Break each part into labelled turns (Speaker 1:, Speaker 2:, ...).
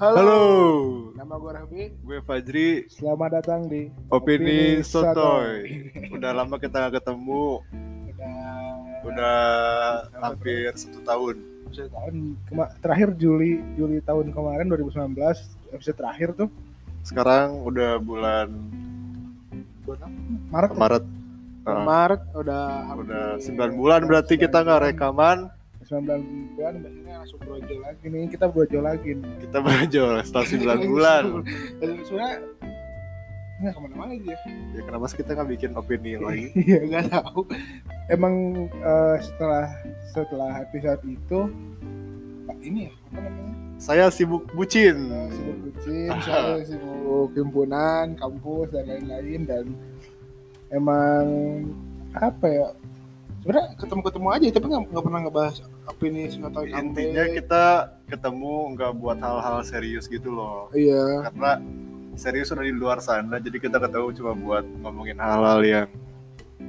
Speaker 1: Halo.
Speaker 2: Halo,
Speaker 1: Nama gue Rahmi.
Speaker 2: gue Fajri.
Speaker 1: Selamat datang di
Speaker 2: Opini Sotoy. Udah lama kita nggak ketemu,
Speaker 1: Udah
Speaker 2: udah hampir satu tahun.
Speaker 1: episode tahun kema- terakhir Juli Juli tahun kemarin 2019 episode terakhir tuh
Speaker 2: Sekarang udah bulan
Speaker 1: bulan apa? Maret. ya?
Speaker 2: Maret.
Speaker 1: Bulan
Speaker 2: Ah,
Speaker 1: Maret udah hampir
Speaker 2: udah 9 bulan berarti kita nggak rekaman,
Speaker 1: 9 bulan biasanya langsung brojol lagi nih kita brojol lagi nih.
Speaker 2: kita berjuang setelah 9 bulan.
Speaker 1: Dan sebenarnya nggak kemana-mana aja
Speaker 2: Ya kenapa sih kita nggak bikin opini lagi?
Speaker 1: Iya nggak tahu. Emang eh, setelah setelah episode itu Pak, ini ya apa namanya?
Speaker 2: Saya sibuk bucin.
Speaker 1: Eh, sibuk kucing, saya sibuk himpunan, kampus dan lain-lain dan emang apa ya? Sebenarnya ketemu-ketemu aja tapi nggak nggak pernah ngebahas opini atau
Speaker 2: Intinya kita ketemu nggak buat hal-hal serius gitu loh.
Speaker 1: Iya.
Speaker 2: karena serius udah di luar sana jadi kita ketemu cuma buat ngomongin hal-hal yang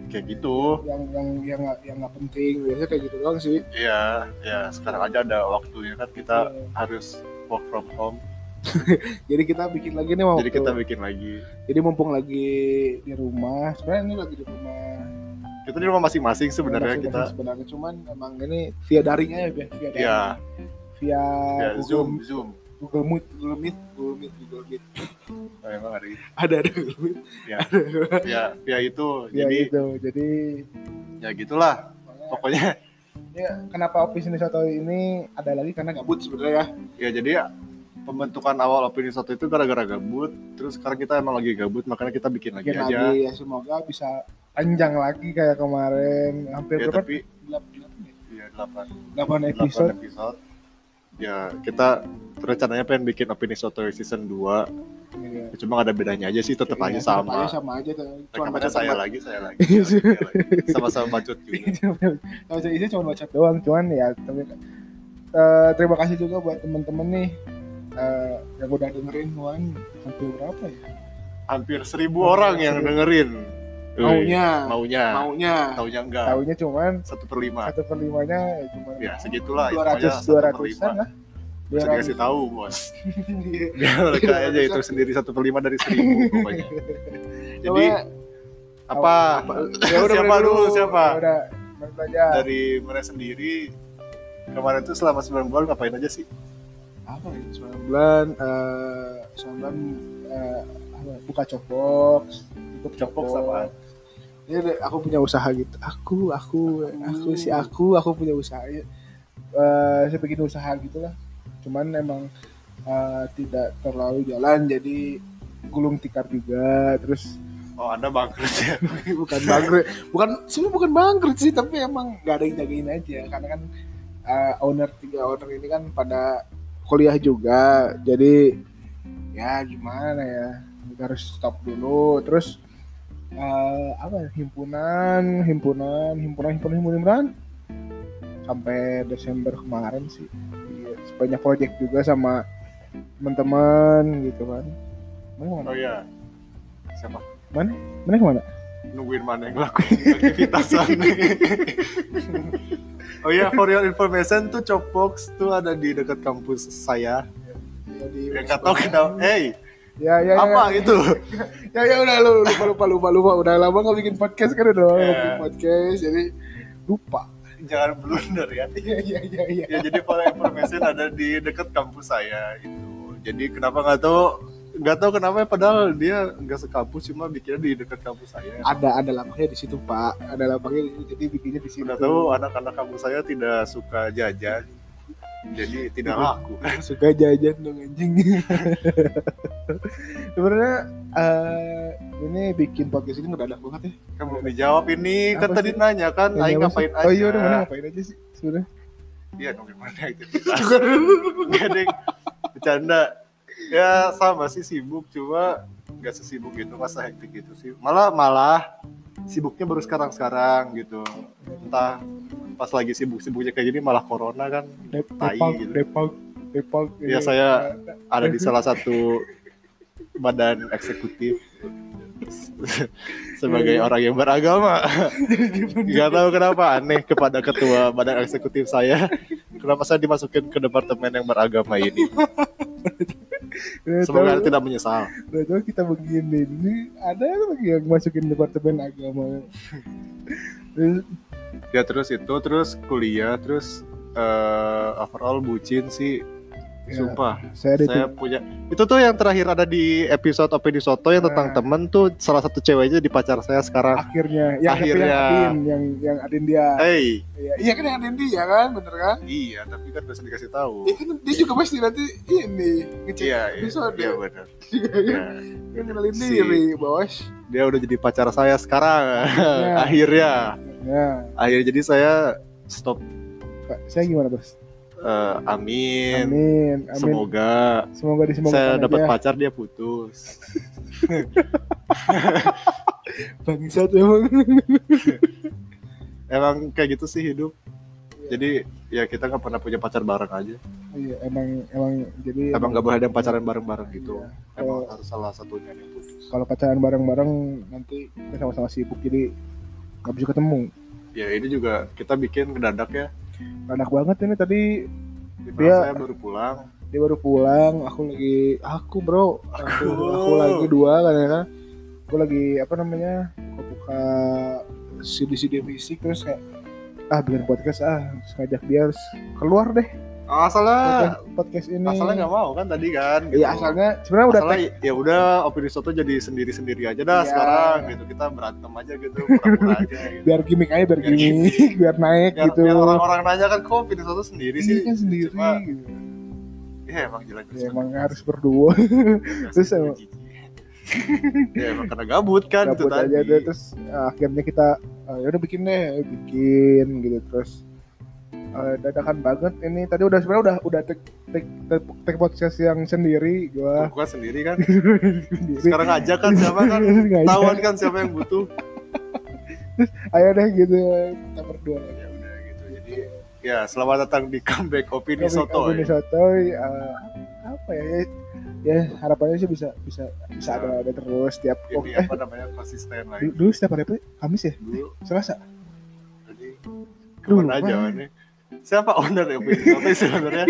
Speaker 2: kayak gitu
Speaker 1: yang yang yang nggak yang nggak penting biasanya kayak gitu doang sih
Speaker 2: iya ya sekarang aja ada waktunya kan kita harus work from home
Speaker 1: jadi kita bikin lagi nih waktu
Speaker 2: jadi kita bikin lagi
Speaker 1: jadi mumpung lagi di rumah sebenarnya ini lagi di rumah
Speaker 2: kita di rumah masing-masing sebenarnya
Speaker 1: Masing-masing
Speaker 2: ya, kita
Speaker 1: sebenarnya cuman emang ini via daring aja via via daring.
Speaker 2: ya,
Speaker 1: via
Speaker 2: ya
Speaker 1: Google,
Speaker 2: zoom zoom
Speaker 1: Google Meet Google Meet Google Meet Google Meet
Speaker 2: Oh, emang ada itu
Speaker 1: ada ada Google Meet
Speaker 2: ya ya itu
Speaker 1: ya
Speaker 2: jadi
Speaker 1: gitu jadi
Speaker 2: ya gitulah
Speaker 1: makanya,
Speaker 2: pokoknya
Speaker 1: ya, kenapa opini soto ini ada lagi karena gabut sebenarnya ya
Speaker 2: ya jadi pembentukan awal opini satu itu gara-gara gabut terus sekarang kita emang lagi gabut makanya kita bikin lagi
Speaker 1: Mungkin
Speaker 2: aja
Speaker 1: lagi ya semoga bisa panjang lagi kayak kemarin hampir
Speaker 2: ya
Speaker 1: berapa
Speaker 2: tapi
Speaker 1: Delapan-
Speaker 2: ya delapan
Speaker 1: delapan episode
Speaker 2: episode. episode. Ya, kita rencananya pengen bikin opini soto season 2.
Speaker 1: Iya.
Speaker 2: Cuma nggak ada bedanya aja sih, tetap
Speaker 1: Iya,
Speaker 2: aja
Speaker 1: tetap
Speaker 2: sama.
Speaker 1: aja sama aja tuh. Cuman
Speaker 2: Rekamannya
Speaker 1: bacot
Speaker 2: saya
Speaker 1: doang.
Speaker 2: lagi, saya lagi. saya lagi, saya lagi. Sama-sama bacot juga.
Speaker 1: Sama saya isinya cuma baca doang cuman ya tapi eh, terima kasih juga buat temen-temen nih eh, yang udah dengerin kemarin sampai berapa ya
Speaker 2: Hampir seribu orang yang dengerin. Wih,
Speaker 1: maunya
Speaker 2: Maunya.
Speaker 1: maunya
Speaker 2: Taunya enggak.
Speaker 1: tahunya cuman
Speaker 2: Satu per lima.
Speaker 1: satu per limanya ya cuma
Speaker 2: Ya, segitulah.
Speaker 1: dua ratus
Speaker 2: pokoknya
Speaker 1: dua
Speaker 2: satu per
Speaker 1: ratusan
Speaker 2: lima.
Speaker 1: lah dua ratus
Speaker 2: Bisa
Speaker 1: Iya.
Speaker 2: dikasih tahu, bos. Biar mereka aja itu sendiri satu per lima dari seribu pokoknya. Jadi, apa?
Speaker 1: ya udah
Speaker 2: Siapa
Speaker 1: mulai
Speaker 2: dulu, siapa?
Speaker 1: Ya udah balik aja
Speaker 2: Dari mereka sendiri, kemarin tuh selama 9 bulan ngapain aja sih?
Speaker 1: apa ya sembilan bulan eh, sembilan bulan eh, apa, buka cokbox tutup
Speaker 2: Cokbox apaan?
Speaker 1: Ini ada- aku punya usaha gitu aku aku aku si aku aku punya usaha ya. Eh, saya bikin usaha gitulah cuman emang eh, tidak terlalu jalan jadi gulung tikar juga terus
Speaker 2: Oh, Anda bangkrut ya?
Speaker 1: bukan bangkrut bukan sebenarnya bukan bangkrut sih tapi emang nggak ada yang jagain aja karena kan eh, owner tiga owner ini kan pada kuliah juga jadi ya gimana ya kita harus stop dulu terus eh, apa ya, himpunan himpunan himpunan himpunan himpunan himpunan sampai Desember kemarin sih Iya, banyak project juga sama teman-teman gitu kan mana kemana?
Speaker 2: Oh iya. Siapa?
Speaker 1: Mana kemana?
Speaker 2: Nungguin mana yang ngelakuin aktivitas sana. oh iya, for your information tuh Chopbox tuh ada di dekat kampus saya.
Speaker 1: Ya, di
Speaker 2: Yang nggak tahu kenapa. Hey,
Speaker 1: Ya, ya, ya.
Speaker 2: apa itu?
Speaker 1: ya ya udah lu lupa lupa lupa lupa udah lama gak bikin podcast kan udah lama nggak bikin
Speaker 2: Iya.
Speaker 1: podcast jadi lupa
Speaker 2: Jangan blunder ya.
Speaker 1: iya iya iya iya
Speaker 2: Ya jadi for your information ada di dekat kampus saya itu. Jadi kenapa nggak tahu nggak tahu kenapa ya, padahal dia nggak sekampus cuma bikinnya di dekat kampus saya.
Speaker 1: ada ada lapangnya di situ pak ada lapangnya di situ jadi bikinnya di situ
Speaker 2: Udah tahu anak-anak kampus saya tidak suka jajan. Jadi tidak laku.
Speaker 1: suka jajan dong anjing sebenarnya eh, ini bikin podcast ini ngedadak banget ya
Speaker 2: Kan belum dijawab ini kan
Speaker 1: Apa
Speaker 2: tadi
Speaker 1: sih?
Speaker 2: nanya kan
Speaker 1: Nanya
Speaker 2: aing
Speaker 1: apa sih?
Speaker 2: ngapain aja.
Speaker 1: oh iya udah mana ngapain aja sih sebenarnya
Speaker 2: Iya dong gimana aktivitas. Enggak deh. Bercanda. Ya sama sih sibuk cuma nggak sesibuk itu masa hektik gitu sih. Malah malah sibuknya baru sekarang-sekarang gitu. Entah pas lagi sibuk-sibuknya kayak gini malah corona kan
Speaker 1: Dep-
Speaker 2: Tai
Speaker 1: Depok
Speaker 2: gitu.
Speaker 1: Depok Depok
Speaker 2: Iya,
Speaker 1: ini,
Speaker 2: saya-
Speaker 1: eh,
Speaker 2: ada di salah satu badan eksekutif sebagai orang yang beragama. Gak tahu kenapa aneh kepada ketua badan eksekutif saya. Kenapa saya dimasukin ke departemen yang beragama ini?
Speaker 1: Udah
Speaker 2: Semoga
Speaker 1: tahu-
Speaker 2: Anda tidak menyesal.
Speaker 1: udah tahu kita begini ini ada lagi yang masukin departemen agama Terus,
Speaker 2: Ya terus itu terus kuliah terus eh, overall bucin sih.
Speaker 1: ya,
Speaker 2: Sumpah,
Speaker 1: saya ada
Speaker 2: saya punya itu tuh yang terakhir ada di episode Opini Soto yang tentang
Speaker 1: Nah.
Speaker 2: temen tuh salah satu ceweknya di pacar saya sekarang.
Speaker 1: akhirnya Ya, yang
Speaker 2: Akhirnya.
Speaker 1: yang Adin yang yang Adin dia
Speaker 2: Hey,
Speaker 1: Iya, iya kan yang Adin dia kan bener kan
Speaker 2: iya tapi kan bisa dikasih tahu.
Speaker 1: Iya kan dia juga pasti nanti ini ngecek
Speaker 2: Iya, iya,
Speaker 1: episode
Speaker 2: iya benar. Iya.
Speaker 1: dia kenalin
Speaker 2: Si-
Speaker 1: diri bos
Speaker 2: Dia udah jadi pacar saya sekarang.
Speaker 1: Iya.
Speaker 2: Akhirnya,
Speaker 1: ya
Speaker 2: akhirnya jadi saya stop.
Speaker 1: Pak, saya gimana bos
Speaker 2: eh, amin.
Speaker 1: amin amin
Speaker 2: Semoga
Speaker 1: semoga ya. iya.
Speaker 2: saya
Speaker 1: disemogakan
Speaker 2: dapat
Speaker 1: aja.
Speaker 2: pacar dia putus.
Speaker 1: bangsat emang
Speaker 2: Emang kayak gitu sih hidup. Jadi ya kita nggak pernah punya pacar bareng aja.
Speaker 1: iya emang emang jadi
Speaker 2: Emang nggak boleh ada yang pacaran bareng-bareng gitu.
Speaker 1: Iya.
Speaker 2: Emang
Speaker 1: Kalau-
Speaker 2: harus salah satunya yang putus.
Speaker 1: kalau pacaran bareng-bareng nanti kita sama-sama sibuk jadi nggak bisa ketemu
Speaker 2: Ya ini juga kita bikin kedadak ya.
Speaker 1: enak banget ini tadi
Speaker 2: Di
Speaker 1: Iya.
Speaker 2: mana saya baru pulang.
Speaker 1: dia baru pulang aku lagi aku bro aku, aku lagi dua kan ya kan aku lagi apa namanya aku buka CD-CD fisik terus kayak ah bikin podcast ah terus ngajak dia harus keluar deh
Speaker 2: Asalnya,
Speaker 1: podcast- podcast ini
Speaker 2: Ah. asalnya nggak mau kan tadi kan?
Speaker 1: iya
Speaker 2: gitu.
Speaker 1: asalnya sebenarnya udah
Speaker 2: Masalah, ya udah opini soto jadi sendiri sendiri aja dah
Speaker 1: Iya.
Speaker 2: sekarang gitu kita berantem aja gitu pura-pura aja
Speaker 1: tag-
Speaker 2: gitu.
Speaker 1: biar gimmick aja biar
Speaker 2: Biar
Speaker 1: gimmick biar naik
Speaker 2: Biar,
Speaker 1: gitu
Speaker 2: biar orang-orang nanya kan kok opini soto sendiri
Speaker 1: Iya,
Speaker 2: sih
Speaker 1: kan sendiri
Speaker 2: Cuma-
Speaker 1: gitu.
Speaker 2: ya emang jelas
Speaker 1: Ya, emang harus berdua terus emang-
Speaker 2: ya emang karena gabut kan itu
Speaker 1: Gabut
Speaker 2: tadi
Speaker 1: aja deh, terus eh, akhirnya kita eh, ya udah bikin deh bikin gitu terus eh, dadakan banget ini tadi udah sebenarnya udah udah tek tek tek, tek podcast yang sendiri gua
Speaker 2: gua sendiri kan
Speaker 1: sendiri
Speaker 2: sekarang ngajak kan siapa kan
Speaker 1: Nggak iya. ada.
Speaker 2: tawan kan siapa yang butuh
Speaker 1: ayo deh gitu kita berdua
Speaker 2: ya udah gitu jadi ya selamat datang di comeback opini soto
Speaker 1: Ini sotoy eh, apa ya ya, ya, harapannya sih bisa bisa bisa
Speaker 2: Bisa.
Speaker 1: ada ada terus setiap oh,
Speaker 2: Nah. ini
Speaker 1: eh
Speaker 2: apa namanya konsisten lagi
Speaker 1: dulu, dulu setiap hari apa Kamis ya
Speaker 2: dulu
Speaker 1: Selasa
Speaker 2: jadi kemana
Speaker 1: Lupa.
Speaker 2: aja ini siapa owner ya opini soto sebenarnya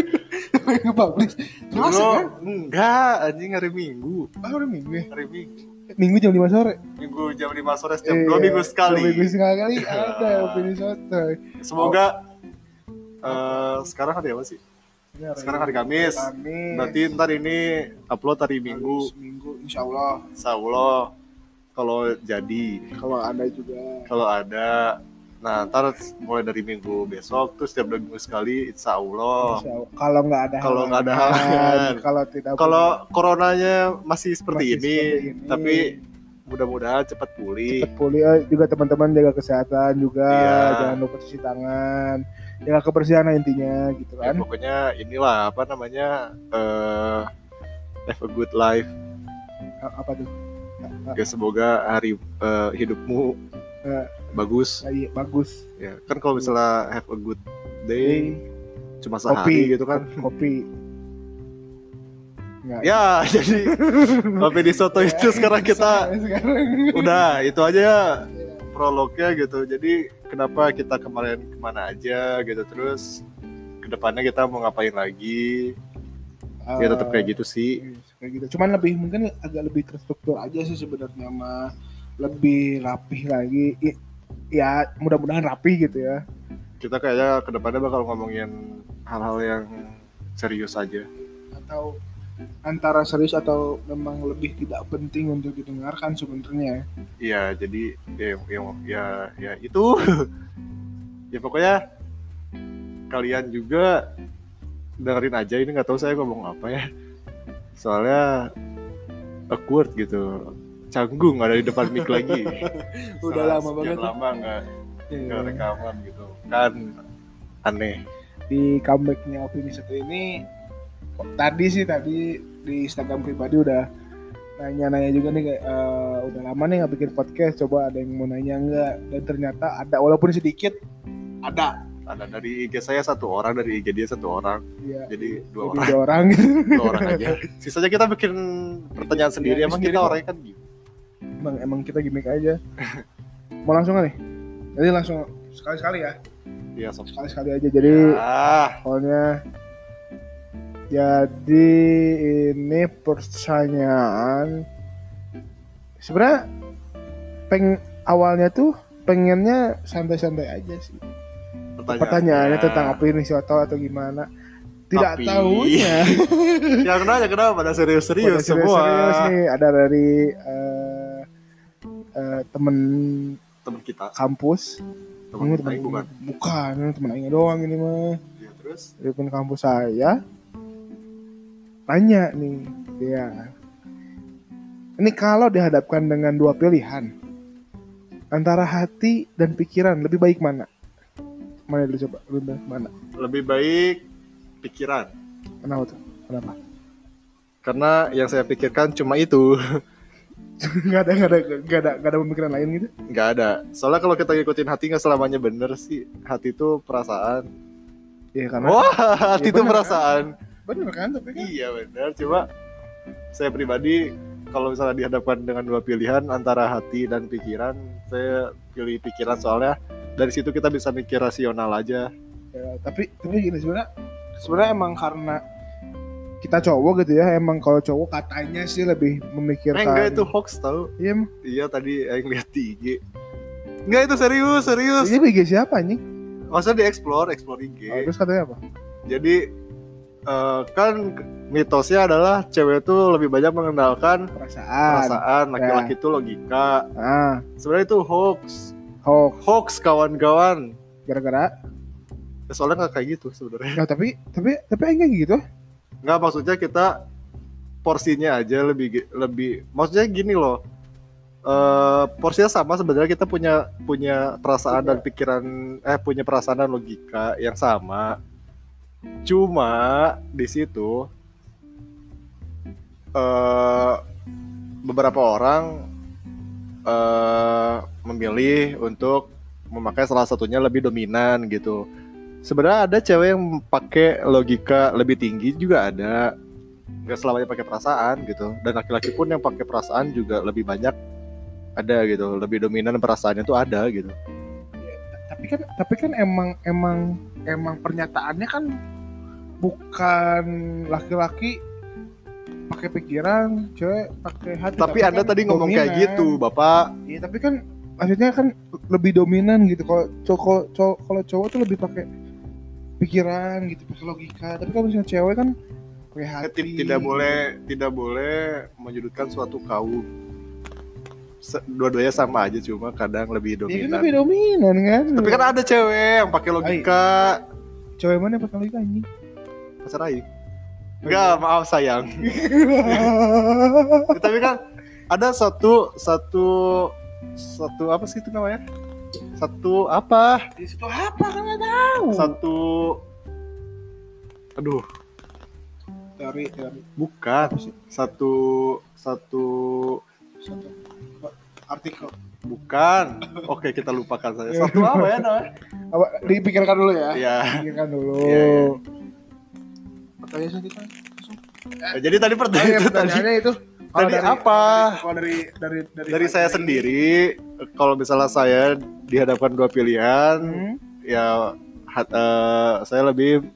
Speaker 1: nge-publish Selasa
Speaker 2: Dulu-
Speaker 1: kan
Speaker 2: enggak anjing hari minggu
Speaker 1: ah udah minggu ya
Speaker 2: hari minggu
Speaker 1: minggu jam 5 sore
Speaker 2: minggu jam 5 sore setiap dua minggu sekali
Speaker 1: Iya, Dua
Speaker 2: Iya.
Speaker 1: minggu sekali ada opini sotoy.
Speaker 2: semoga eh, sekarang hari apa sih sekarang hari Kamis
Speaker 1: iya. Kamis.
Speaker 2: berarti ntar ini upload hari Minggu
Speaker 1: Minggu insya Allah.
Speaker 2: Insya Allah kalau jadi
Speaker 1: Kalau ada juga.
Speaker 2: kalau ada nah ntar mulai dari minggu besok terus setiap dua minggu sekali Insya Allah
Speaker 1: Insya Allah. Kalau nggak ada.
Speaker 2: Oh. Kalau nggak ada
Speaker 1: halangan,
Speaker 2: halangan.
Speaker 1: Kalau tidak.
Speaker 2: kalau coronanya masih
Speaker 1: Masih
Speaker 2: seperti ini
Speaker 1: seperti ini.
Speaker 2: tapi mudah-mudahan cepat pulih
Speaker 1: Cepat pulih. Eh, juga teman-teman jaga kesehatan juga.
Speaker 2: Iya.
Speaker 1: Jangan lupa cuci tangan. Jaga kebersihan lah intinya gitu
Speaker 2: Ya,
Speaker 1: kan.
Speaker 2: pokoknya inilah apa namanya eh have a good life
Speaker 1: A- Eh, Apa tuh? eh, A- a-
Speaker 2: ya semoga hari eh, hidupmu
Speaker 1: Eh.
Speaker 2: bagus
Speaker 1: iya, bagus.
Speaker 2: ya kan kalau misalnya have a good
Speaker 1: Hey,
Speaker 2: day cuma sehari
Speaker 1: Iya. kopi
Speaker 2: gitu kan
Speaker 1: Kopi. Nggak.
Speaker 2: ya jadi kopi di soto
Speaker 1: Iya.
Speaker 2: itu sekarang kita
Speaker 1: Sekarang.
Speaker 2: udah itu aja ya prolognya gitu jadi kenapa kita kemarin kemana aja gitu terus kedepannya kita mau ngapain lagi ya tetap
Speaker 1: Eh,
Speaker 2: kayak gitu sih
Speaker 1: Iya, kayak gitu. Cuman lebih mungkin agak lebih terstruktur aja sih sebenarnya mah lebih rapih lagi. I- Ya mudah-mudahan rapih gitu ya.
Speaker 2: kita kayaknya kedepannya bakal ngomongin hal-hal yang serius aja
Speaker 1: Atau antara serius atau memang lebih tidak penting untuk didengarkan sebenarnya.
Speaker 2: Iya, jadi ya, ya, ya, ya itu. ya pokoknya kalian juga dengerin aja ini nggak tahu saya ngomong apa ya. Soalnya awkward gitu. Canggung ada di depan mic lagi.
Speaker 1: Udah
Speaker 2: Setelah
Speaker 1: lama banget. ya.
Speaker 2: sekian lama nggak
Speaker 1: Iya.
Speaker 2: nggak rekaman gitu. Kan aneh.
Speaker 1: Di comebacknya opini satu ini kok tadi sih tadi di Instagram pribadi udah nanya-nanya juga nih kayak, eh, udah lama nih nggak bikin podcast coba ada yang mau nanya nggak dan ternyata ada walaupun sedikit ada
Speaker 2: Ada dari IG saya satu orang, dari IG dia satu orang.
Speaker 1: Iya.
Speaker 2: Jadi dua
Speaker 1: Jadi dua
Speaker 2: orang,
Speaker 1: orang.
Speaker 2: dua orang aja. Sisanya kita bikin pertanyaan sendiri. Emang
Speaker 1: Iya, sendiri
Speaker 2: kita
Speaker 1: kok.
Speaker 2: orangnya kan gitu.
Speaker 1: emang emang kita gimmick aja. Mau langsung kali? Jadi langsung sekali-sekali ya.
Speaker 2: Iya, sob.
Speaker 1: Sekali-sekali aja. Jadi
Speaker 2: Ah.
Speaker 1: soalnya Jadi ini pertanyaan sebenarnya peng awalnya tuh pengennya santai-santai aja sih. Pertanyaannya tentang opini si Otto atau gimana. Tidak
Speaker 2: Tapi-
Speaker 1: tahunya.
Speaker 2: Yang nanya Ya, kenapa pada serius-serius
Speaker 1: Pada
Speaker 2: semua.
Speaker 1: serius-serius nih ada dari eh, eh, temen
Speaker 2: Temen kita,
Speaker 1: kampus.
Speaker 2: temen kita yang bukan.
Speaker 1: bukan, ini temen aing doang ini mah.
Speaker 2: Ya, terus
Speaker 1: Dari temen kampus saya tanya nih dia. Ini kalau dihadapkan dengan dua pilihan antara hati dan pikiran lebih baik mana? Mana dulu coba? Lebih baik mana?
Speaker 2: lebih baik pikiran.
Speaker 1: Kenapa tuh? Kenapa?
Speaker 2: Karena yang saya pikirkan cuma itu.
Speaker 1: gak ada, gak ada, gak ada, gak ada pemikiran lain gitu?
Speaker 2: nggak ada soalnya kalau kita ngikutin hati nggak selamanya bener sih hati itu perasaan
Speaker 1: Iya karena
Speaker 2: Oh. wah
Speaker 1: Iya,
Speaker 2: hati itu
Speaker 1: bener,
Speaker 2: perasaan
Speaker 1: bener kan tapi kan
Speaker 2: iya bener cuma saya pribadi kalau misalnya dihadapkan dengan dua pilihan antara hati dan pikiran saya pilih pikiran soalnya dari situ kita bisa mikir rasional aja
Speaker 1: Ya, tapi tapi gini sebenarnya sebenarnya emang karena kita cowok gitu ya emang kalau cowok katanya sih lebih
Speaker 2: eh
Speaker 1: memikirkan
Speaker 2: enggak itu hoax tau
Speaker 1: iya emang.
Speaker 2: iya tadi yang lihat di IG enggak itu serius serius
Speaker 1: Ini bagi Iya, siapa anjing
Speaker 2: maksudnya di explore explore IG
Speaker 1: Oh, terus katanya apa
Speaker 2: Jadi eh, kan mitosnya adalah cewek itu lebih banyak mengenalkan
Speaker 1: perasaan
Speaker 2: perasaan, laki-laki itu logika.
Speaker 1: ah
Speaker 2: Sebenarnya itu hoax,
Speaker 1: hoax
Speaker 2: hoax kawan-kawan.
Speaker 1: gara-gara
Speaker 2: Ya, Soalnya nggak kayak gitu sebenarnya.
Speaker 1: nah, tapi tapi tapi enggak gitu
Speaker 2: Nggak maksudnya kita porsinya aja lebih gi- lebih. Maksudnya gini loh. eh porsinya sama sebenarnya kita punya punya perasaan dan pikiran eh punya perasaan dan logika yang sama. Cuma di situ eh beberapa orang eh memilih untuk memakai salah satunya lebih dominan gitu. Sebenarnya ada cewek yang pakai logika lebih tinggi juga ada. Gak selamanya pakai perasaan gitu. Dan laki-laki pun yang pakai perasaan juga lebih banyak ada gitu. Lebih dominan perasaannya tuh ada gitu.
Speaker 1: tapi kan tapi kan emang emang emang pernyataannya kan bukan laki-laki pakai pikiran cewek pakai hati
Speaker 2: Tapi Anda
Speaker 1: kan
Speaker 2: tadi ngomong kayak
Speaker 1: dominan.
Speaker 2: gitu, Bapak.
Speaker 1: Iya tapi kan maksudnya kan lebih dominan gitu kalau cowok cowok kalau cowok tuh lebih pakai pikiran gitu pakai logika tapi kalau misalnya cewek kan pakai hati Iya,
Speaker 2: Tid- Ya, Tidak boleh tidak boleh menyudutkan suatu kaum. Se- Dua-duanya sama aja cuma kadang lebih
Speaker 1: Iya kan
Speaker 2: dominan.
Speaker 1: lebih dominan kan
Speaker 2: Tapi kan ada cewek yang pakai logika.
Speaker 1: cewek mana yang pakai logika anjing
Speaker 2: Pacar aing. Enggak, maaf sayang. Ya, tapi kan ada satu satu satu apa sih itu namanya? Satu apa?
Speaker 1: di situ apa kan nggak tahu
Speaker 2: Satu Aduh,
Speaker 1: teori teori
Speaker 2: bukan.
Speaker 1: apa sih
Speaker 2: Satu satu
Speaker 1: satu apa, artikel
Speaker 2: bukan. Oke, kita lupakan saja. Satu apa ya namanya?
Speaker 1: apa dipikirkan dulu ya
Speaker 2: Ya.
Speaker 1: pikirkan dulu
Speaker 2: Iya, iya.
Speaker 1: pertanyaan sih kan langsung.
Speaker 2: Jadi tadi
Speaker 1: Oh, iya,
Speaker 2: pertanyaan itu tadi
Speaker 1: pertanyaannya itu Kalau
Speaker 2: tadi
Speaker 1: dari-
Speaker 2: apa?
Speaker 1: kalau dari dari dari,
Speaker 2: dari saya sendiri kalau misalnya saya dihadapkan dua pilihan,
Speaker 1: Hmm.
Speaker 2: ya hat- eh, saya lebih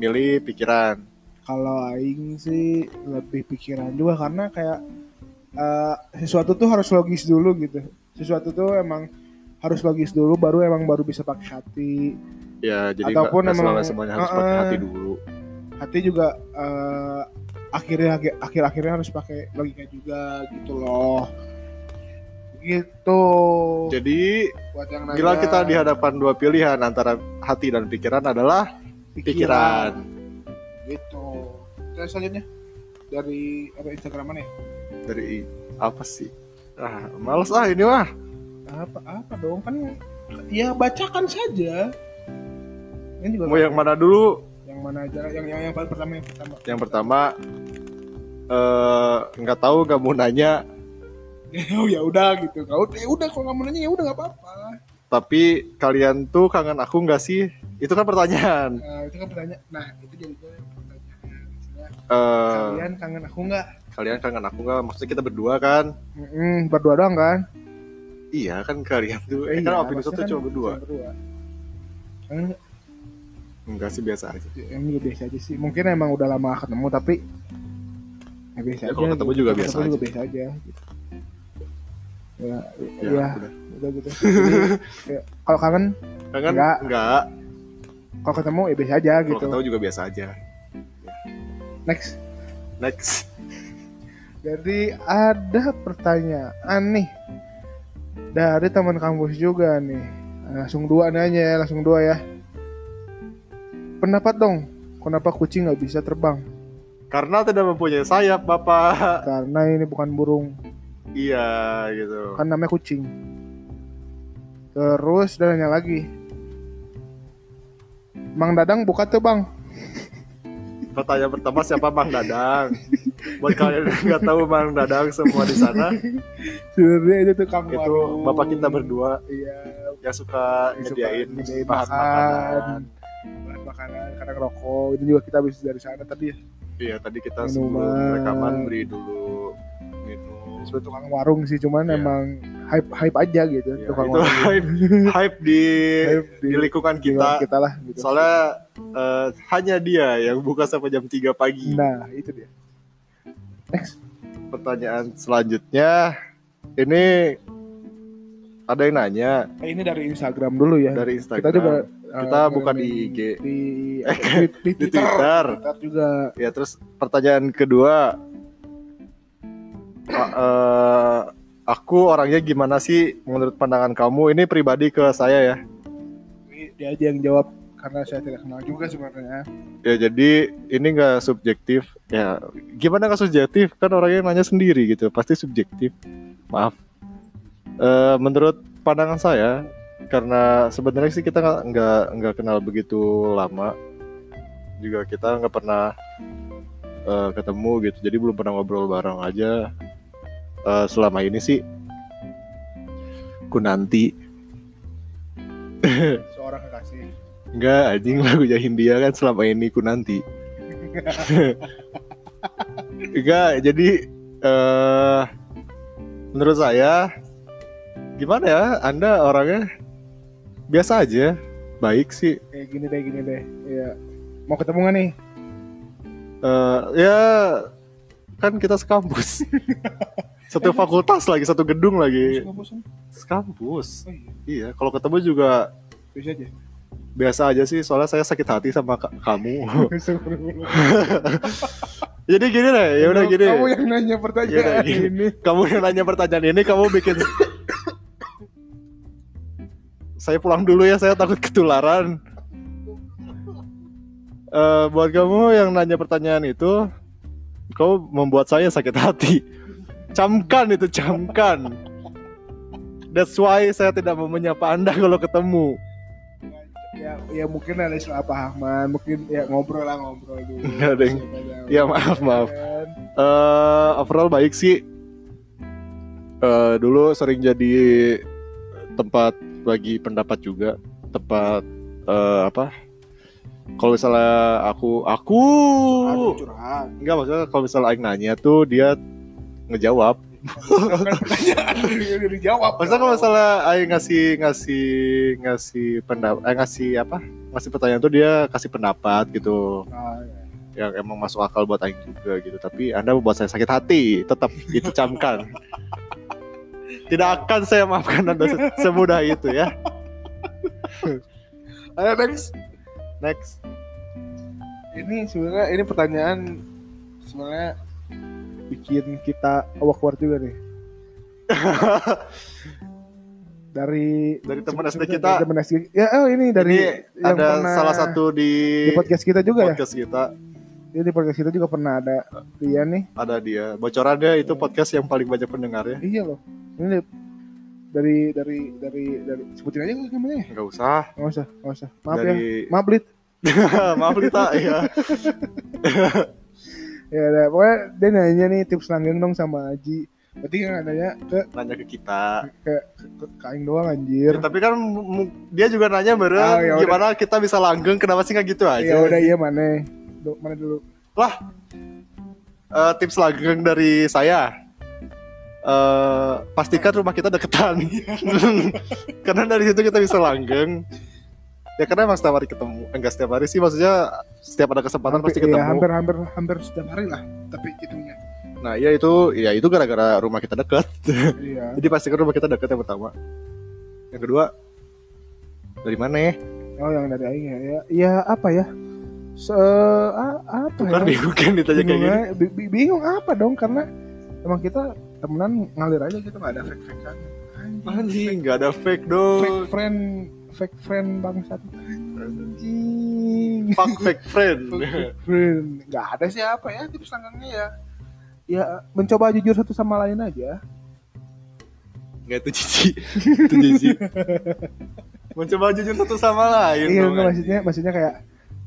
Speaker 2: milih pikiran.
Speaker 1: kalau aing sih lebih pikiran juga karena kayak eh, sesuatu tuh harus logis dulu gitu sesuatu tuh emang harus logis dulu baru emang baru bisa pakai hati
Speaker 2: Ya, jadi
Speaker 1: Ataupun
Speaker 2: nggak- nggak
Speaker 1: emang-
Speaker 2: selalu semuanya harus pakai
Speaker 1: Heeh.
Speaker 2: hati dulu.
Speaker 1: hati juga eh, akhirnya akhir akhirnya harus pakai logika juga gitu loh gitu
Speaker 2: Jadi,
Speaker 1: buat yang
Speaker 2: bila kita dihadapan dua pilihan antara hati dan pikiran adalah pikiran.
Speaker 1: gitu terus selanjutnya dari apa instagraman ya
Speaker 2: Dari apa sih? Ah, males ah ini mah.
Speaker 1: apa apa dong kan ya bacakan saja ini juga kan
Speaker 2: Mau yang mana dulu?
Speaker 1: yang mana aja yang yang yang paling pertama yang pertama
Speaker 2: Yang pertama eh nggak tahu nggak mau nanya,
Speaker 1: oh ya udah gitu kau ya udah kalau nggak mau nanya ya udah nggak apa-apa
Speaker 2: tapi kalian tuh kangen aku nggak sih? Itu kan pertanyaan.
Speaker 1: nah itu kan pertanyaan nah itu jadi gue yang pertanyaan Misalnya,
Speaker 2: Eh
Speaker 1: kalian kangen aku nggak
Speaker 2: kalian kangen aku nggak? Maksudnya kita berdua kan?
Speaker 1: Mm-mm, berdua doang kan
Speaker 2: Iya kan kalian tuh.
Speaker 1: Iya,
Speaker 2: Eh, kan opini
Speaker 1: maksudnya
Speaker 2: satu
Speaker 1: kan
Speaker 2: cuma berdua.
Speaker 1: cuma berdua kangen nggak?
Speaker 2: enggak sih biasa aja
Speaker 1: Em juga Ya, biasa aja sih. Mungkin emang udah lama gak ketemu tapi ya biasa
Speaker 2: Ya,
Speaker 1: aja.
Speaker 2: kalau ketemu juga
Speaker 1: Kalau
Speaker 2: biasa
Speaker 1: ketemu
Speaker 2: aja.
Speaker 1: biasa aja. gitu. Ya,
Speaker 2: ya,
Speaker 1: ya,
Speaker 2: udah
Speaker 1: udah gitu. Jadi, ya, kalau kangen,
Speaker 2: kangen
Speaker 1: Enggak.
Speaker 2: enggak
Speaker 1: kalau ketemu ya biasa aja
Speaker 2: kalau
Speaker 1: gitu.
Speaker 2: ketahu juga biasa aja
Speaker 1: Next.
Speaker 2: next
Speaker 1: Jadi ada pertanyaan nih dari teman kampus juga nih. Langsung dua nanya ya, langsung dua ya. Pendapat dong, kenapa kucing nggak bisa terbang?
Speaker 2: karena tidak mempunyai sayap bapak
Speaker 1: Karena ini bukan burung,
Speaker 2: iya gitu
Speaker 1: kan namanya kucing. Terus dia nanya lagi. Mang Dadang buka tuh bang.
Speaker 2: pertanyaan pertama siapa bang dadang buat kalian yang nggak tahu bang dadang semua di sana
Speaker 1: Sebenarnya itu tukang
Speaker 2: itu
Speaker 1: warung.
Speaker 2: bapak kita berdua
Speaker 1: Iya.
Speaker 2: yang suka
Speaker 1: yang suka
Speaker 2: nyediain
Speaker 1: nyediain
Speaker 2: bahan makanan
Speaker 1: Bahan makanan, kadang rokok. Itu juga kita habis dari sana tadi ya.
Speaker 2: iya tadi kita
Speaker 1: Minuman.
Speaker 2: sebelum rekaman beli dulu minum
Speaker 1: sebagai tukang warung sih cuman
Speaker 2: Iya.
Speaker 1: emang hype hype aja gitu
Speaker 2: Ya,
Speaker 1: tukang
Speaker 2: itu
Speaker 1: warung
Speaker 2: hype, hype di,
Speaker 1: Hype
Speaker 2: di lingkungan
Speaker 1: di warung
Speaker 2: kita.
Speaker 1: kita lah gitu
Speaker 2: Soalnya eh, hanya dia yang buka sampai jam 3 pagi.
Speaker 1: nah itu dia
Speaker 2: Pertanyaan selanjutnya ini ada yang nanya
Speaker 1: Eh, ini dari Instagram dulu ya
Speaker 2: dari Instagram.
Speaker 1: kita juga eh,
Speaker 2: Kita bukan di
Speaker 1: ngalamin
Speaker 2: IG.
Speaker 1: di,
Speaker 2: Eh,
Speaker 1: di,
Speaker 2: di
Speaker 1: Twitter.
Speaker 2: Twitter.
Speaker 1: Twitter juga
Speaker 2: Ya terus pertanyaan kedua Pak, eh, aku orangnya gimana sih menurut pandangan kamu? Ini pribadi ke saya ya.
Speaker 1: Ini dia aja yang jawab karena saya tidak kenal juga sebenarnya
Speaker 2: Ya jadi ini nggak subjektif ya gimana nggak subjektif kan orangnya nanya sendiri gitu pasti subjektif maaf Eh menurut pandangan saya karena sebenarnya sih kita nggak nggak nggak kenal begitu lama juga kita nggak pernah eh, ketemu gitu jadi belum pernah ngobrol bareng aja Eh selama ini sih Kunanti
Speaker 1: seorang kekasih
Speaker 2: nggak anjing lagunya Hindia kan selama ini Kunanti Enggak, jadi eh menurut saya gimana ya? Anda orangnya biasa aja, baik sih.
Speaker 1: kayak gini deh gini deh Iya. mau ketemu gak nih
Speaker 2: Eh ya kan kita sekampus. satu fakultas lagi, satu gedung lagi.
Speaker 1: Bosan, bosan.
Speaker 2: Sekampus.
Speaker 1: Oh, iya.
Speaker 2: Iya, kalau ketemu juga
Speaker 1: bisa aja
Speaker 2: biasa aja sih, soalnya saya sakit hati sama ka- kamu. jadi gini deh, ya udah gini. Ya
Speaker 1: kamu yang nanya pertanyaan
Speaker 2: gini.
Speaker 1: ini
Speaker 2: Iya, kamu yang nanya pertanyaan ini kamu bikin saya pulang dulu ya saya takut ketularan Eh, buat kamu yang nanya pertanyaan itu kau membuat saya sakit hati camkan itu camkan that's why saya tidak mau menyapa anda kalau ketemu
Speaker 1: ya ya mungkin ada kesalahpahaman mungkin ya ngobrol lah ngobrol dulu
Speaker 2: Enggak, Deng. Ya, maaf, maaf.
Speaker 1: Kan?
Speaker 2: eh overall baik sih. Eh, dulu sering jadi tempat bagi pendapat juga, tempat eh, apa? Kalau misalnya aku aku Oh.
Speaker 1: aduh curhat
Speaker 2: nggak maksudnya kalau misalnya Aing nanya tuh dia ngejawab.
Speaker 1: Bukan pertanyaan dia udah dijawab
Speaker 2: Maksudnya kalau misalnya Aing ngasih ngasih ngasih pendapat, eh, ngasih apa? Ngasih pertanyaan tuh dia kasih pendapat gitu
Speaker 1: Nah, ya.
Speaker 2: yang emang masuk akal buat Aing juga gitu tapi Anda membuat saya sakit hati tetap itu camkan tidak akan saya maafkan Anda se- semudah itu ya
Speaker 1: ayo next
Speaker 2: next
Speaker 1: ini sebenarnya ini pertanyaan sebenarnya bikin kita awkward juga nih dari
Speaker 2: Dari teman
Speaker 1: sebenarnya
Speaker 2: SD kita.
Speaker 1: dari teman SD ya oh, ini dari
Speaker 2: ini
Speaker 1: yang
Speaker 2: ada
Speaker 1: pernah
Speaker 2: salah satu di,
Speaker 1: di podcast kita juga ya
Speaker 2: podcast kita
Speaker 1: Jadi di podcast kita juga pernah ada dia nih
Speaker 2: ada dia bocorannya itu podcast yang paling banyak ya. pendengarnya
Speaker 1: Iya loh. Ini dari dari dari dari sebutin aja nggak namanya.
Speaker 2: nggak usah
Speaker 1: Enggak usah, enggak usah. Maaf ya.
Speaker 2: dari
Speaker 1: Maaf Lid.
Speaker 2: maaf Lita ya
Speaker 1: Ya udah, pokoknya dia nanya nih tips langgeng dong sama Aji. Berarti kan nanya ke
Speaker 2: nanya ke kita
Speaker 1: ke ke, ke Kaing doang
Speaker 2: Ya,
Speaker 1: anjir.
Speaker 2: tapi kan mu- dia juga nanya bareng
Speaker 1: Oh, ya udah.
Speaker 2: gimana kita bisa langgeng kenapa sih nggak gitu aja
Speaker 1: Ya udah iya mana? Do, mana dulu?
Speaker 2: Eh, tips langgeng dari saya eh pastikan rumah kita deketan karena dari situ kita bisa langgeng ya karena emang setiap hari ketemu eh, enggak setiap hari sih maksudnya setiap ada kesempatan pasti ketemu
Speaker 1: ya, hampir hampir hampir setiap hari lah tapi itunya
Speaker 2: nah ya itu ya itu gara-gara rumah kita dekat
Speaker 1: iya
Speaker 2: jadi pastikan rumah kita dekat yang pertama yang kedua dari mana ya
Speaker 1: oh yang dari aing ya ya, ya apa ya Se, a- apa
Speaker 2: kan
Speaker 1: ya
Speaker 2: bingung kan ditanya kayak
Speaker 1: bingung,
Speaker 2: gini
Speaker 1: aja. Bi- bi- bingung apa dong karena emang kita temenan ngalir aja kita nggak ada fake fake kan
Speaker 2: anjing nggak ada fake
Speaker 1: fake
Speaker 2: dong
Speaker 1: friend fake friend bangsat anjing
Speaker 2: fuck fake friend
Speaker 1: Green. Nggak ada sih apa ya tips langkangnya ya. Ya mencoba jujur satu sama lain aja.
Speaker 2: nggak itu cici itu cici mencoba jujur satu sama lain
Speaker 1: Iya
Speaker 2: dong,
Speaker 1: nggak,
Speaker 2: anjing.
Speaker 1: maksudnya maksudnya kayak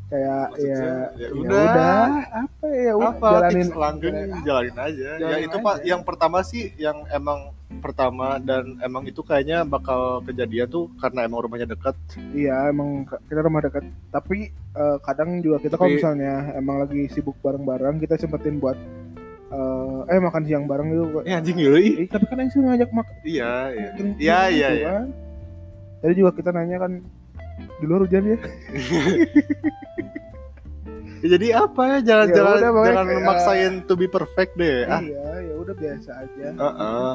Speaker 1: kayak
Speaker 2: Maksudnya,
Speaker 1: ya,
Speaker 2: ya
Speaker 1: ya
Speaker 2: udah.
Speaker 1: udah apa ya udah
Speaker 2: apa
Speaker 1: jalanin
Speaker 2: tips langgeng
Speaker 1: jalanin-
Speaker 2: jalanin aja ya
Speaker 1: jalanin
Speaker 2: itu pak
Speaker 1: aja.
Speaker 2: yang pertama sih yang emang pertama dan emang itu kayaknya bakal kejadian tuh karena emang rumahnya dekat
Speaker 1: Iya emang ke- kita rumah dekat. Tapi eh, kadang juga kita
Speaker 2: Tapi-
Speaker 1: kalau misalnya emang lagi sibuk bareng-bareng kita sempetin buat eh, eh makan siang bareng gitu.
Speaker 2: eh anjing yoi
Speaker 1: Eh, tapi kan yang sering ngajak makan.
Speaker 2: iya iya
Speaker 1: Mungkin- mungkin
Speaker 2: iya iya
Speaker 1: gitu
Speaker 2: iya.
Speaker 1: kan. Tadi juga kita nanya kan di luar hujan ya.
Speaker 2: Iya. Ya, jadi apa ya jangan
Speaker 1: Ya
Speaker 2: jangan
Speaker 1: udah, pokoknya
Speaker 2: jangan
Speaker 1: kayak-
Speaker 2: maksain to be perfect deh ah
Speaker 1: Iya, ya udah biasa aja.
Speaker 2: Heeh.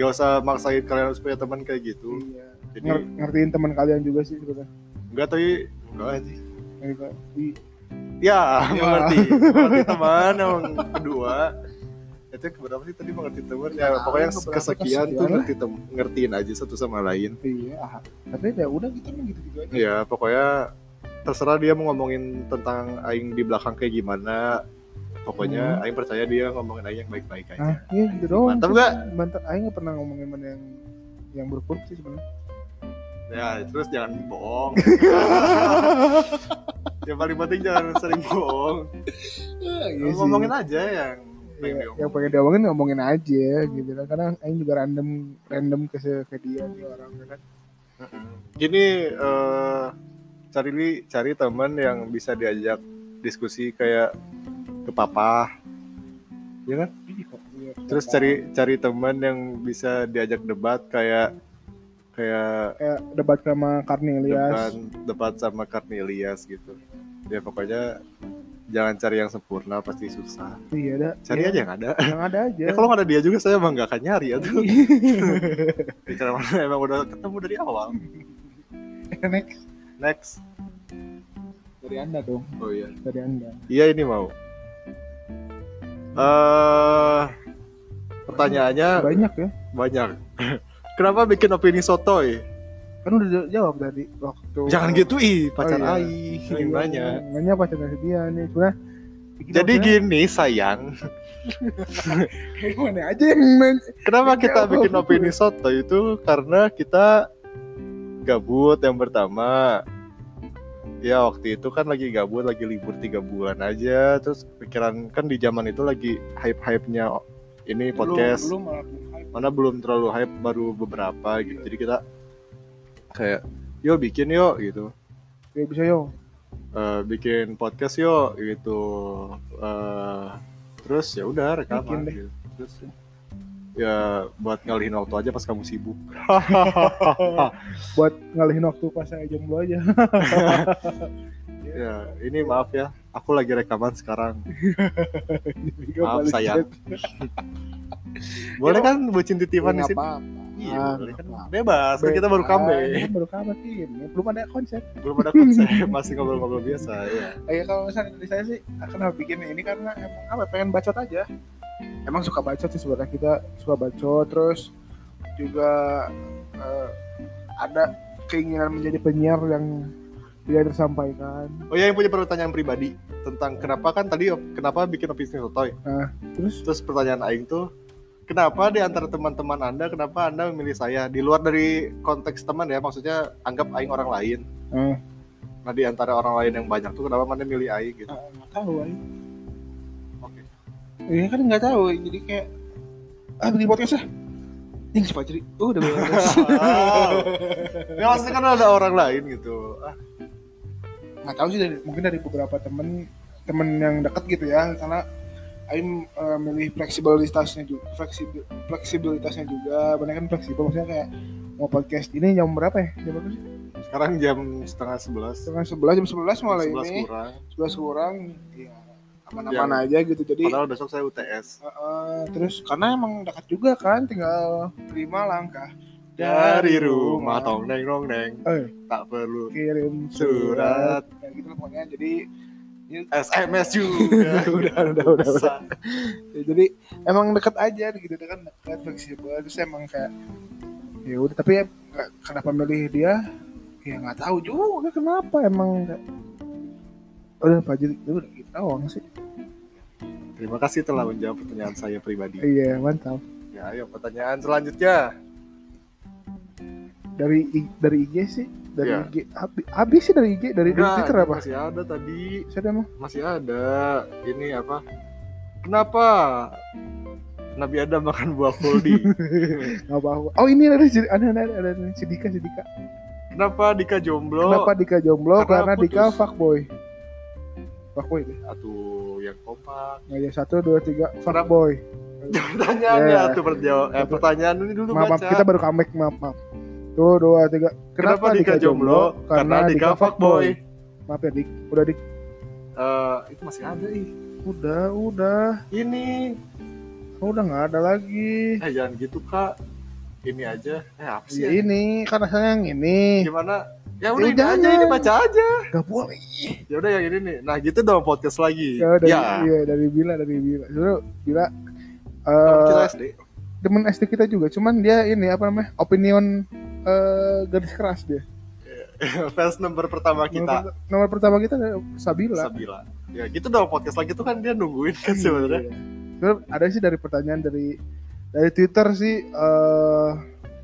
Speaker 2: Gak usah maksain kalian supaya teman kayak gitu
Speaker 1: Iya. Nger-
Speaker 2: jadi
Speaker 1: ngertiin teman kalian juga sih sebenarnya.
Speaker 2: enggak tapi enggak anjing.
Speaker 1: Kayak, "Ih,
Speaker 2: ya mengerti mengerti teman yang kedua itu yang keberapa sih tadi mengerti teman ya pokoknya yang
Speaker 1: keberapa,
Speaker 2: kesekian
Speaker 1: kesekian
Speaker 2: tuh
Speaker 1: lah.
Speaker 2: ngerti tem- ngertiin aja satu sama lain
Speaker 1: Iya, ah. tapi ya udah kita mah gitu-gitu aja.
Speaker 2: ya pokoknya terserah dia mau ngomongin tentang aing di belakang kayak gimana
Speaker 1: Hmm.
Speaker 2: pokoknya aing percaya dia ngomongin aing yang baik-baik
Speaker 1: Nah,
Speaker 2: aja
Speaker 1: iya gitu doang.
Speaker 2: mantap
Speaker 1: sih.
Speaker 2: gak
Speaker 1: Mantap. Aing nggak pernah ngomongin mana yang yang buruk-buruk sih sebenarnya.
Speaker 2: ya terus jangan bohong yang paling penting jangan sering bohong
Speaker 1: Iya sih.
Speaker 2: ngomongin aja yang
Speaker 1: Iya,
Speaker 2: pengen diomongin.
Speaker 1: yang pengen diomongin ngomongin aja gitu kan karena Aing juga random random ke se- ke dia nih orang kan
Speaker 2: Gini eh cari li- cari teman yang bisa diajak diskusi kayak ke papa. Ya kan?
Speaker 1: Iya,
Speaker 2: Terus
Speaker 1: kenapa?
Speaker 2: cari cari teman yang bisa diajak debat kayak kayak
Speaker 1: kayak debat sama
Speaker 2: debat
Speaker 1: Karnelias
Speaker 2: debat sama Karnelias gitu. Ya pokoknya jangan cari yang sempurna pasti susah.
Speaker 1: iya ada
Speaker 2: Cari
Speaker 1: iya,
Speaker 2: aja yang ada.
Speaker 1: yang ada aja
Speaker 2: Ya kalau nggak ada dia juga saya emang nggak akan nyari ya tuh. Ya, karena emang udah ketemu dari awal.
Speaker 1: next
Speaker 2: Next.
Speaker 1: dari anda dong
Speaker 2: Oh iya.
Speaker 1: dari anda
Speaker 2: Iya ini mau. Eh pertanyaannya
Speaker 1: banyak ya
Speaker 2: banyak. Kenapa bikin opini eh? sotoy?
Speaker 1: kan udah jawab tadi waktu
Speaker 2: Jangan gitu ih pacar
Speaker 1: Oh, iya.
Speaker 2: aing yang
Speaker 1: Iya,
Speaker 2: nanya.
Speaker 1: Nanya pacarnya si dia nih sebenarnya.
Speaker 2: Jadi gini sayang,
Speaker 1: gimana aja yang men-
Speaker 2: kenapa kita
Speaker 1: Kenapa?
Speaker 2: bikin opini sotoy itu karena kita gabut yang pertama. Ya waktu itu kan lagi gabut, lagi libur tiga bulan aja, terus pikiran kan di zaman itu lagi hype-hype-nya ini podcast.
Speaker 1: Lu, lu malah belum hype.
Speaker 2: mana belum terlalu hype baru beberapa gitu jadi kita kayak yo bikin yo gitu
Speaker 1: Ya bisa yo.
Speaker 2: Eh, bikin podcast yo gitu Eh, terus ya udah
Speaker 1: Bikin
Speaker 2: rekaman
Speaker 1: deh.
Speaker 2: gitu. terus ya buat ngalihin waktu aja pas kamu sibuk
Speaker 1: Buat ngalihin waktu pas saya jomblo aja.
Speaker 2: ya ini maaf ya aku lagi rekaman sekarang Maaf, sayang. boleh kan bucin titipan di sini
Speaker 1: apa
Speaker 2: Iya, boleh
Speaker 1: ya
Speaker 2: kan.
Speaker 1: Apa-apa.
Speaker 2: bebas kan kita baru comeback
Speaker 1: Baru comeback ini. Belum ada konsep.
Speaker 2: belum ada konsep masih ngobrol-ngobrol biasa ya
Speaker 1: Eh, kalau misalnya dari saya sih akan bikin ini karena emang apa ya, pengen bacot aja. Emang suka bacot sih sebenarnya kita suka bacot terus juga eh, ada keinginan menjadi penyiar yang tidak tersampaikan.
Speaker 2: oh ya yang punya pertanyaan pribadi tentang kenapa kan tadi op- kenapa bikin opini sotoy
Speaker 1: Terus
Speaker 2: Terus pertanyaan aing tuh, kenapa di antara teman-teman Anda kenapa Anda memilih saya? Di luar dari konteks teman ya, maksudnya anggap aing orang lain.
Speaker 1: Hmm.
Speaker 2: Nah, di antara orang lain yang banyak tuh kenapa mana milih aing gitu.
Speaker 1: Ah, nggak tahu aing.
Speaker 2: Oke.
Speaker 1: Iya kan nggak tahu jadi kayak ah bikin podcast ah. Ini si Fajri, oh udah bikin podcast.
Speaker 2: ya maksudnya kan ada orang lain gitu. Ah,
Speaker 1: nggak tahu sih dari, mungkin dari beberapa temen temen yang dekat gitu ya karena Aing eh, milih fleksibilitasnya juga fleksibil, fleksibilitasnya juga benar kan fleksibel maksudnya kayak mau podcast ini jam berapa ya jam berapa sih
Speaker 2: Sekarang jam setengah sebelas.
Speaker 1: setengah sebelas jam sebelas malah
Speaker 2: Sebelas
Speaker 1: ini
Speaker 2: kurang.
Speaker 1: sebelas kurang ya aman-aman aja gitu jadi
Speaker 2: Padahal besok saya UTS.
Speaker 1: uh, terus karena emang dekat juga kan tinggal lima langkah
Speaker 2: Dari rumah tong neng rong neng
Speaker 1: eh,
Speaker 2: tak perlu
Speaker 1: kirim surat
Speaker 2: Surat.
Speaker 1: kayak gitu lah pokoknya jadi
Speaker 2: SMS juga.
Speaker 1: udah udah udah, udah.
Speaker 2: Bisa.
Speaker 1: Ya, jadi emang deket aja gitu kan deket fleksibel terus emang kayak ya udah tapi ya, nggak- kenapa milih dia ya nggak tahu juga kenapa emang nggak- udah Pak Jiri itu udah kita doang sih
Speaker 2: Terima kasih telah menjawab pertanyaan saya pribadi.
Speaker 1: iya mantap
Speaker 2: Ya, ayo pertanyaan selanjutnya.
Speaker 1: dari I- dari IG sih dari
Speaker 2: Iya.
Speaker 1: IG habis, habis sih dari IG dari
Speaker 2: Enggak,
Speaker 1: Twitter
Speaker 2: ini
Speaker 1: apa
Speaker 2: Nah, Masih ada tadi.
Speaker 1: saya emang
Speaker 2: masih ada ini apa kenapa Nabi Adam makan buah koldi
Speaker 1: nggak tahu oh ini ada si- ada ada ada, ada si Dika si Dika
Speaker 2: kenapa Dika jomblo
Speaker 1: kenapa Dika jomblo
Speaker 2: Oh,
Speaker 1: karena,
Speaker 2: Karena
Speaker 1: Dika
Speaker 2: putus.
Speaker 1: fuckboy fuckboy deh
Speaker 2: atau yang kompak
Speaker 1: Nah, ya satu dua tiga
Speaker 2: Kenapa-
Speaker 1: fuckboy
Speaker 2: pertanyaannya
Speaker 1: Ya.
Speaker 2: tuh perjawab eh,
Speaker 1: Apa-
Speaker 2: pertanyaan ini dulu
Speaker 1: maaf, maaf,
Speaker 2: baca
Speaker 1: kita baru comeback maaf maaf tuh dua tiga
Speaker 2: kenapa, Dika jomblo karena Dika fuckboy
Speaker 1: maaf ya dik udah dik
Speaker 2: Eh, itu masih ada ih
Speaker 1: udah udah
Speaker 2: ini
Speaker 1: udah nggak ada lagi
Speaker 2: eh jangan gitu kak ini aja eh apa sih
Speaker 1: ya,
Speaker 2: ya?
Speaker 1: ini kan rasanya yang ini
Speaker 2: gimana ya udah
Speaker 1: Ya,
Speaker 2: ini aja
Speaker 1: jangan.
Speaker 2: ini baca aja
Speaker 1: nggak boleh
Speaker 2: ya udah yang ini nih nah gitu dong podcast lagi
Speaker 1: ya dari
Speaker 2: ya,
Speaker 1: iya, dari bila dari bila dulu bila
Speaker 2: teman kita
Speaker 1: eh
Speaker 2: SD
Speaker 1: temen SD kita juga cuman dia ini apa namanya opinion eh garis keras dia
Speaker 2: fans number pertama kita
Speaker 1: nomor, pert- nomor pertama kita ada Sabila
Speaker 2: Sabila. Ya gitu dong podcast lagi tuh kan dia nungguin kan sebenarnya.
Speaker 1: Iya. Sebenarnya ada sih dari pertanyaan dari dari Twitter sih eh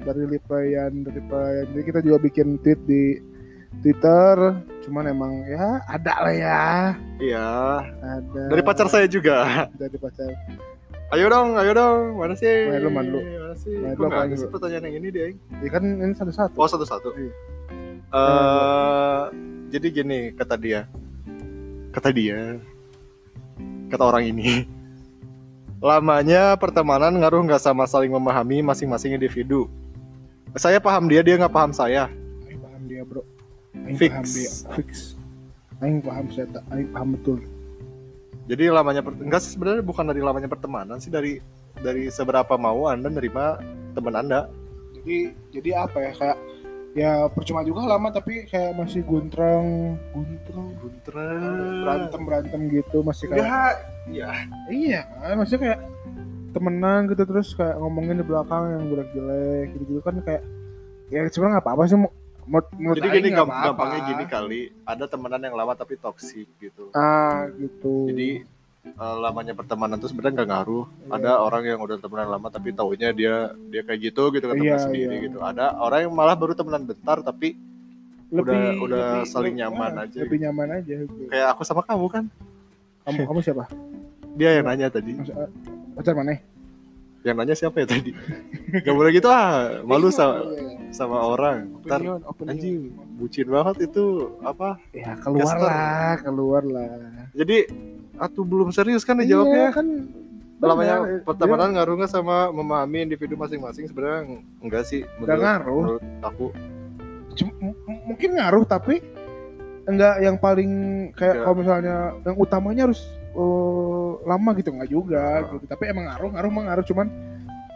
Speaker 1: dari Lipayan dari Lipayan. Jadi kita juga bikin tweet di Twitter. Cuman emang ya ada lah ya.
Speaker 2: Iya.
Speaker 1: Ada.
Speaker 2: Dari pacar saya juga.
Speaker 1: Dari pacar.
Speaker 2: Ayo dong, ayo dong. Mana sih?
Speaker 1: Main lu, main lu.
Speaker 2: Mana sih?
Speaker 1: Main
Speaker 2: Kok
Speaker 1: lu,
Speaker 2: nggak ada
Speaker 1: main
Speaker 2: sih
Speaker 1: lu.
Speaker 2: pertanyaan yang ini deh. Eng?
Speaker 1: Ya kan ini satu-satu.
Speaker 2: Oh satu-satu. Eh,
Speaker 1: Iya.
Speaker 2: jadi gini kata dia. Kata dia. Kata orang ini. Lamanya pertemanan ngaruh nggak sama saling memahami masing-masing individu. Saya paham dia, dia nggak paham saya.
Speaker 1: Aing paham dia, Bro. Aing
Speaker 2: Fix.
Speaker 1: paham dia. Fix. Aing paham saya. tak- Aing paham betul.
Speaker 2: Jadi lamanya per- enggak sih sebenarnya bukan dari lamanya pertemanan sih dari dari seberapa mau Anda nerima teman Anda.
Speaker 1: Jadi jadi apa ya kayak ya percuma juga lama tapi kayak masih guntrang guntrang
Speaker 2: Berantem.
Speaker 1: berantem berantem gitu masih kayak
Speaker 2: Enggak, ya
Speaker 1: Iya, kan? maksudnya kayak temenan gitu terus kayak ngomongin di belakang yang jelek jelek gitu gitu kan kayak ya sebenarnya nggak apa-apa sih mau menurut
Speaker 2: Jadi
Speaker 1: Aing
Speaker 2: gini
Speaker 1: nggak
Speaker 2: gamp-
Speaker 1: apa-apa.
Speaker 2: gampangnya gini kali, ada temenan yang lama tapi toksik gitu.
Speaker 1: ah gitu
Speaker 2: Jadi eh, lamanya pertemanan tuh sebenarnya nggak ngaruh.
Speaker 1: Iya.
Speaker 2: Ada orang yang udah temenan lama tapi taunya dia dia kayak gitu gitu kan
Speaker 1: Iya,
Speaker 2: teman sendiri
Speaker 1: iya.
Speaker 2: gitu. Ada orang yang malah baru temenan bentar tapi udah- udah saling
Speaker 1: ah,
Speaker 2: nyaman aja
Speaker 1: lebih nyaman aja gitu.
Speaker 2: kayak aku sama kamu kan.
Speaker 1: kamu kamu siapa
Speaker 2: Dia yang nanya tadi.
Speaker 1: Mas, eh, pacar mana
Speaker 2: Yang nanya siapa ya tadi? Gak boleh gitu ah, malu sama
Speaker 1: Iya,
Speaker 2: sama orang. Ntar
Speaker 1: opinion, opinion.
Speaker 2: anjing bucin banget itu apa
Speaker 1: ya keluar
Speaker 2: Caster.
Speaker 1: lah keluar lah
Speaker 2: jadi atuh belum serius kan
Speaker 1: Iya,
Speaker 2: dijawabnya
Speaker 1: kan
Speaker 2: Lamanya
Speaker 1: benar. Iya.
Speaker 2: pertemanan ngaruh nggak sama memahami individu masing-masing sebenarnya ng- enggak sih
Speaker 1: Dia nggak
Speaker 2: menurut,
Speaker 1: ngaruh
Speaker 2: menurut aku
Speaker 1: Cuma- m- m- mungkin ngaruh tapi enggak yang paling kayak
Speaker 2: Enggak.
Speaker 1: kalau misalnya yang utamanya harus eh, lama gitu enggak juga
Speaker 2: Nah.
Speaker 1: gitu tapi emang ngaruh ngaruh emang ngaruh cuman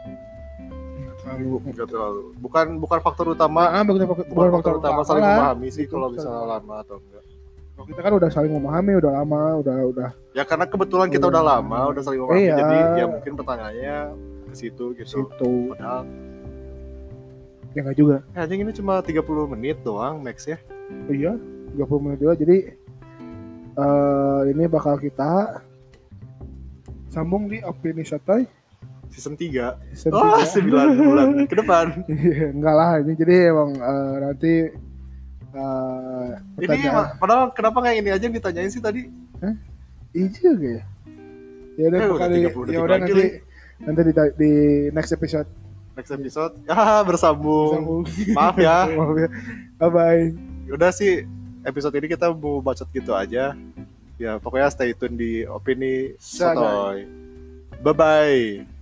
Speaker 1: enggak terlalu
Speaker 2: enggak terlalu bukan bukan faktor utama
Speaker 1: ah bukan, bukan,
Speaker 2: bukan faktor utama saling
Speaker 1: lah.
Speaker 2: memahami sih
Speaker 1: Itu
Speaker 2: kalau
Speaker 1: saling
Speaker 2: misalnya
Speaker 1: memahami.
Speaker 2: lama atau enggak
Speaker 1: Kalau kita kan udah saling memahami udah lama udah udah
Speaker 2: ya karena kebetulan kita
Speaker 1: Iya.
Speaker 2: udah lama udah saling memahami
Speaker 1: Iya.
Speaker 2: jadi ya mungkin pertanyaannya ke situ gitu
Speaker 1: situ
Speaker 2: padahal
Speaker 1: ya enggak juga
Speaker 2: eh, anjing ini cuma 30 menit doang max ya
Speaker 1: Oh iya 30 menit juga jadi eh ini bakal kita sambung di opini santai
Speaker 2: season 3
Speaker 1: season
Speaker 2: oh
Speaker 1: 3.
Speaker 2: 9 bulan ke depan
Speaker 1: Iya, enggak lah ini jadi emang eh, nanti eh
Speaker 2: Ini
Speaker 1: pertanyaan
Speaker 2: ma- padahal kenapa kayak ini aja yang ditanyain sih tadi?
Speaker 1: ini juga ya ya udah
Speaker 2: Eh, udah
Speaker 1: bakal di-
Speaker 2: 30 detik
Speaker 1: ya udah
Speaker 2: lagi,
Speaker 1: nanti
Speaker 2: Li.
Speaker 1: nanti di, di next episode
Speaker 2: Next episode. Ya, bersambung.
Speaker 1: Sambung.
Speaker 2: Maaf ya.
Speaker 1: Maaf ya. bye bye
Speaker 2: Udah sih episode ini kita mau bacot gitu aja. Ya, pokoknya stay tune di opini
Speaker 1: Santai.
Speaker 2: Sotoy. Bye bye.